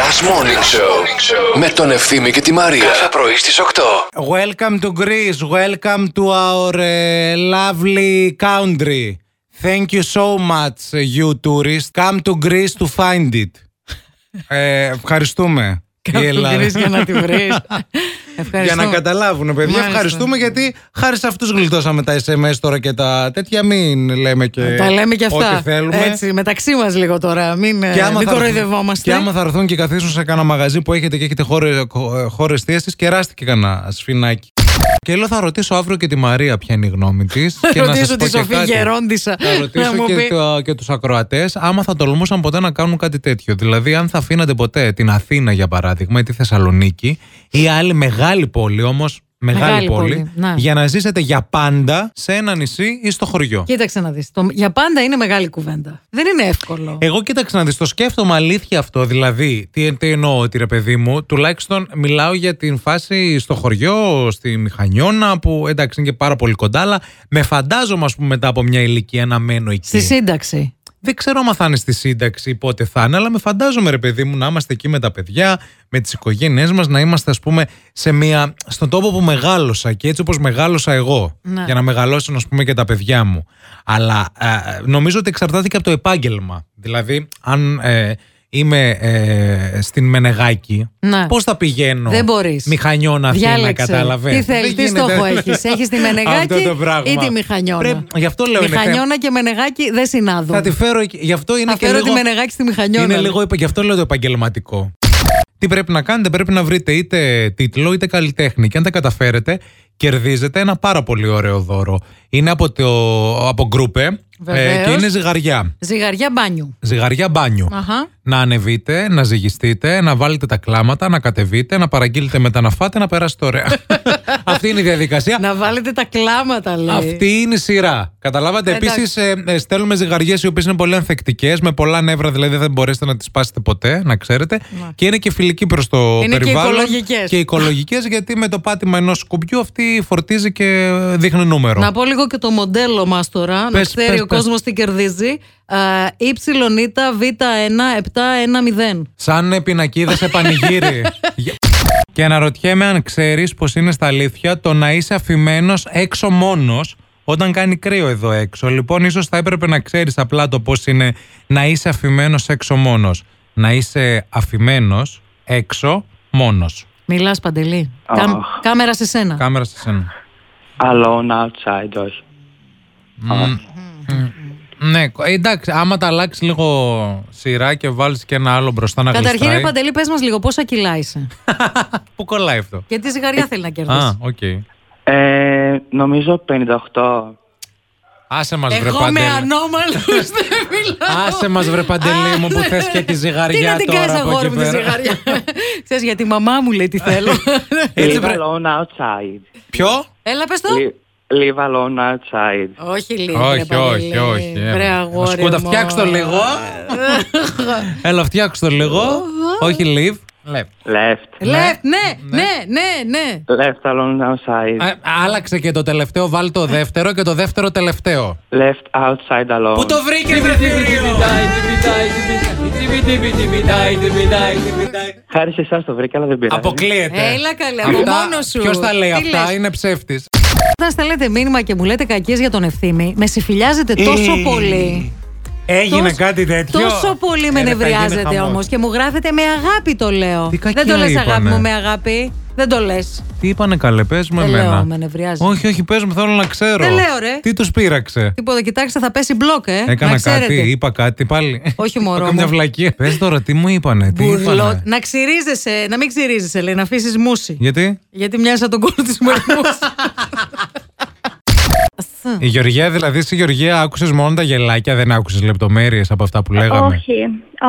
Last Morning Show με τον Ευθύμη και τη Μαρία. Κάθε πρωί στις 8. Welcome to Greece. Welcome to our uh, lovely country. Thank you so much, uh, you tourists. Come to Greece to find it. ε, ευχαριστούμε. η Κάπου Ελλάδα. γυρίζεις για να τη βρεις. Για Ευχαριστώ. να καταλάβουν, παιδιά. Μάλιστα. Ευχαριστούμε γιατί χάρη σε αυτούς γλιτώσαμε τα SMS τώρα και τα τέτοια. Μην λέμε και. Τα λέμε και αυτά. ε, Ό,τι θέλουμε. Έτσι, μεταξύ μας λίγο τώρα. Μην, ε, μην θα έρθουν- κοροϊδευόμαστε. και άμα θα έρθουν και καθίσουν σε κανένα μαγαζί που έχετε και έχετε χώρες θέσει, κεράστηκε κανένα σφινάκι. Και λέω θα ρωτήσω αύριο και τη Μαρία ποια είναι η γνώμη της. Θα ρωτήσω τη Σοφή Γερόντισα. Θα να μου ρωτήσω και, πει. το, και τους ακροατές άμα θα τολμούσαν ποτέ να κάνουν κάτι τέτοιο. Δηλαδή αν θα αφήνατε ποτέ την Αθήνα για παράδειγμα ή τη Θεσσαλονίκη ή άλλη μεγάλη πόλη όμως μεγάλη, Μεγάλη πόλη, πόλη, να. για να ζήσετε για πάντα σε ένα νησί ή στο χωριό. Κοίταξε να δεις. Για πάντα είναι μεγάλη κουβέντα. Δεν είναι εύκολο. Εγώ κοίταξε να δεις, το σκέφτομαι αλήθεια αυτό. Δηλαδή, τι, τι εννοώ ότι ρε παιδί μου, τουλάχιστον μιλάω για την φάση στο χωριό, στη Μηχανιώνα, που εντάξει είναι και πάρα πολύ κοντά, αλλά με φαντάζομαι, ας πούμε, μετά από μια ηλικία να μένω εκεί. Στη σύνταξη. Δεν ξέρω αν θα είναι στη σύνταξη ή πότε θα είναι, αλλά με φαντάζομαι, ρε παιδί μου, να είμαστε εκεί με τα παιδιά, με τις οικογένειές μας, να είμαστε, ας πούμε, σε μια, στον τόπο που μεγάλωσα και έτσι όπως μεγάλωσα εγώ. Ναι. Για να μεγαλώσουν, ας πούμε, και τα παιδιά μου. Αλλά α, νομίζω ότι εξαρτάται και από το επάγγελμα. Δηλαδή, αν ε, είμαι ε, στην Μενεγάκη, Ναι. πώς θα πηγαίνω. Δεν μπορείς. Μηχανιώνα Αθήνα, Διάλεξε. κατάλαβες. Τι θέλεις, Δεν τι γίνεται. στόχο έχεις. Έχεις Αυτό τη Μενεγάκη το πράγμα. ή τη Μηχανιώνα. Πρέπει- γι' αυτό λέω είναι θέμα. Μηχανιώνα και Μενεγάκη δεν συνάδουν. Θα τη φέρω εκεί. Γι' αυτό είναι Θα και φέρω λίγο... τη Μενεγάκη στη Μηχανιώνα. Είναι λίγο, γι' αυτό λέω το επαγγελματικό. Τι πρέπει να κάνετε, πρέπει να βρείτε είτε τίτλο είτε καλλιτέχνη. Και αν τα καταφέρετε, κερδίζετε ένα πάρα πολύ ωραίο δώρο. Είναι από, το, από γκρούπε ε, Βεβαίως. και είναι ζυγαριά. Ζυγαριά μπάνιου. Ζυγαριά μπάνιου. Αχα. Να ανεβείτε, να ζυγιστείτε, να βάλετε τα κλάματα, να κατεβείτε, να παραγγείλετε μετά να φάτε, να περάσετε ωραία. Αυτή είναι η διαδικασία. Να βάλετε τα κλάματα, λέει. Αυτή είναι η σειρά. Καταλάβατε. Εντάξει. Επίσης, στέλνουμε ζυγαριές οι οποίες είναι πολύ ανθεκτικές, με πολλά νεύρα, δηλαδή δεν μπορέσετε να τις σπάσετε ποτέ, να ξέρετε. Και είναι και φιλική προς το Ναι. Είναι και περιβάλλον. οικολογικές. Και οικολογικές, γιατί με το πάτημα ενός σκουπιού αυτή φορτίζει και δείχνει νούμερο. Να πω λίγο και το μοντέλο μας τώρα, να Πες, ξέρει πες, ο πες. κόσμο τι κερδίζει. ΙΒ1-710. Σαν πινακίδα σε πανηγύρι. Για- και αναρωτιέμαι αν ξέρεις πως είναι στα αλήθεια το να είσαι αφημένος έξω μόνος όταν κάνει κρύο εδώ έξω. Λοιπόν, ίσως θα έπρεπε να ξέρεις απλά το πώ είναι να είσαι αφημένος έξω μόνος. Να είσαι αφημένος έξω μόνος. Μιλάς παντελή. Κάμ- Αχ. κάμερα σε σένα. Κάμερα σε σένα. Alone outside, όχι. Ναι, εντάξει, άμα τα αλλάξεις λίγο σειρά και βάλεις και ένα άλλο μπροστά να γλιστράει. Καταρχήν, ρε Παντελή, πες μας λίγο πόσα κιλά είσαι. Πού κολλάει αυτό. Γιατί ζυγαριά θέλει να Ε, Α, κερδίσει. οκ. Ε, νομίζω 58. Άσε μας βρε Εγώ με Παντέλη. ανώμαλους δεν μιλάω. Άσε μας, βρε, Παντελή Α, μου, που ναι. θες και τη ζυγαριά Τι να την τώρα κάνεις από αγόρι εκεί μου τη πέρα. ζυγαριά. Ξέρεις γιατί η μαμά μου λέει τι θέλω. Έτσι Leave βρε- alone outside. Ποιο? Έλα πες το. Leave- Leave alone outside. Όχι λίγο. Όχι, όχι, όχι. ε. Βρε αγόρι Σκούτα, μου. φτιάξ' το λίγο. Έλα, φτιάξ' το λίγο. Όχι, leave. Leave. Left. Λε, ναι, ναι, ναι, ναι. Left alone outside. Α, Άλλαξε και το τελευταίο, βάλει το δεύτερο και το δεύτερο τελευταίο. Left outside alone. Πού το βρήκες, βρε θηρίο. Χάρη σε εσάς το βρήκα, αλλά δεν πειράζει. Αποκλείεται. Έλα καλέ, από μόνος σου. Ποιος τα λέει Τι αυτά, λες? είναι ψεύτης. Όταν στέλνετε μήνυμα και μου λέτε κακίες για τον ευθύμη, με συμφιλιάζετε τόσο Ε, πολύ. Έγινε Τόσο- κάτι τέτοιο. Τόσο πολύ με Ε, ρε, θα γίνει νευριάζετε χαμός. όμως και μου γράφετε με αγάπη το λέω. Τι κακία Δεν το λες αγάπη είπανε. μου με αγάπη. Δεν το λες. Τι είπανε καλέ, πες μου Δεν λέω, εμένα. με νευριάζει. Όχι, όχι, πες μου, θέλω να ξέρω. Δεν λέω, ρε. Τι τους πείραξε. Τίποτα, κοιτάξτε, θα πέσει μπλοκ, ε. Έκανα να ξέρετε. κάτι, είπα κάτι πάλι. Όχι, μωρό Έκανα μου. μια βλακία. Πες τώρα, τι μου είπανε, τι Μπουρλό- είπανε. Να ξυρίζεσαι, να μην ξυρίζεσαι, λέει, να αφήσεις μουσι. Γιατί Γιατί μοιάζεις τον κόλο τη μορφή. η Γεωργία, δηλαδή, στη Γεωργία άκουσες μόνο τα γελάκια, δεν άκουσες λεπτομέρειες από αυτά που λέγαμε. Όχι,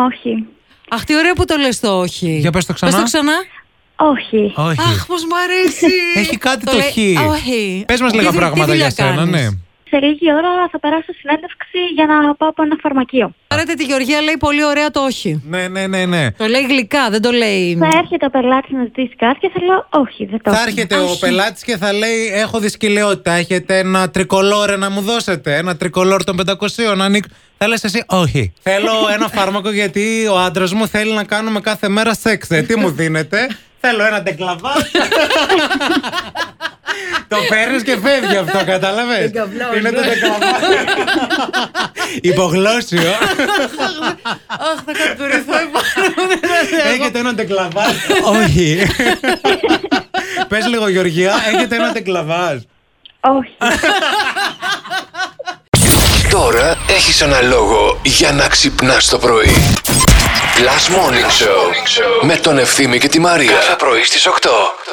όχι, Αχ, τι ωραία που το λες το όχι. Για πες το ξανά. Πες το ξανά. όχι. Όχι. Αχ, πώς μου αρέσει. Έχει κάτι το, λέει, χ. α, Όχι. Πες μας Τι λίγα δου- πράγματα τι για δουλειά σένα, κάνεις? ναι. Σε λίγη ώρα θα περάσω συνέντευξη για να πάω από ένα φαρμακείο. Πάρετε τη Γεωργία, λέει πολύ ωραία το όχι. Ναι, ναι, ναι, ναι. Το λέει γλυκά, δεν το λέει. Θα έρχεται ο πελάτης να ζητήσει κάτι και θα λέω όχι, δεν το Θα έχω». έρχεται ο πελάτης και θα λέει: Έχω δυσκολιότητα. Έχετε ένα τρικολόρ να μου δώσετε. Ένα τρικολόρ των 500 να ανοίξω. Θα λες εσύ, όχι. Θέλω ένα φάρμακο γιατί ο άντρας μου θέλει να κάνουμε κάθε μέρα σεξ. Ε, τι μου δίνετε, Θέλω ένα τεκλαβά. το παίρνεις και φεύγει αυτό, κατάλαβες. Τεκλαβά. Είναι το ναι. τεκλαβά. Υπογλώσιο. Αχ, θα κατουρηθώ επάνω. Έχετε ένα τεκλαβά. Όχι. Πες λίγο, Γεωργία, έχετε ένα τεκλαβά. Όχι. Τώρα έχεις ένα λόγο για να ξυπνάς το πρωί. Last Morning Show με τον Ευθύμη και τη Μαρία. Κάθε πρωί στις 8.